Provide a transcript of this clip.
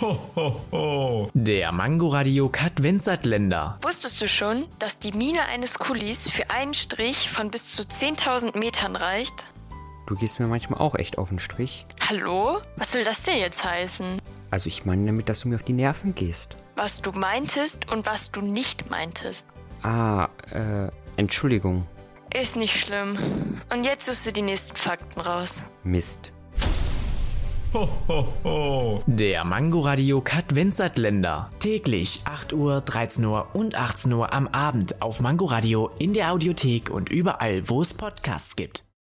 Ho, ho, ho. Der Mangoradiokat Katwenzatländer. Wusstest du schon, dass die Mine eines Kulis für einen Strich von bis zu 10.000 Metern reicht? Du gehst mir manchmal auch echt auf den Strich. Hallo? Was will das denn jetzt heißen? Also ich meine damit, dass du mir auf die Nerven gehst. Was du meintest und was du nicht meintest. Ah, äh, Entschuldigung. Ist nicht schlimm. Und jetzt suchst du die nächsten Fakten raus. Mist. Ho, ho, ho. Der Mangoradiokat Katwenzatländer. Täglich 8 Uhr, 13 Uhr und 18 Uhr am Abend auf Mangoradio in der Audiothek und überall, wo es Podcasts gibt.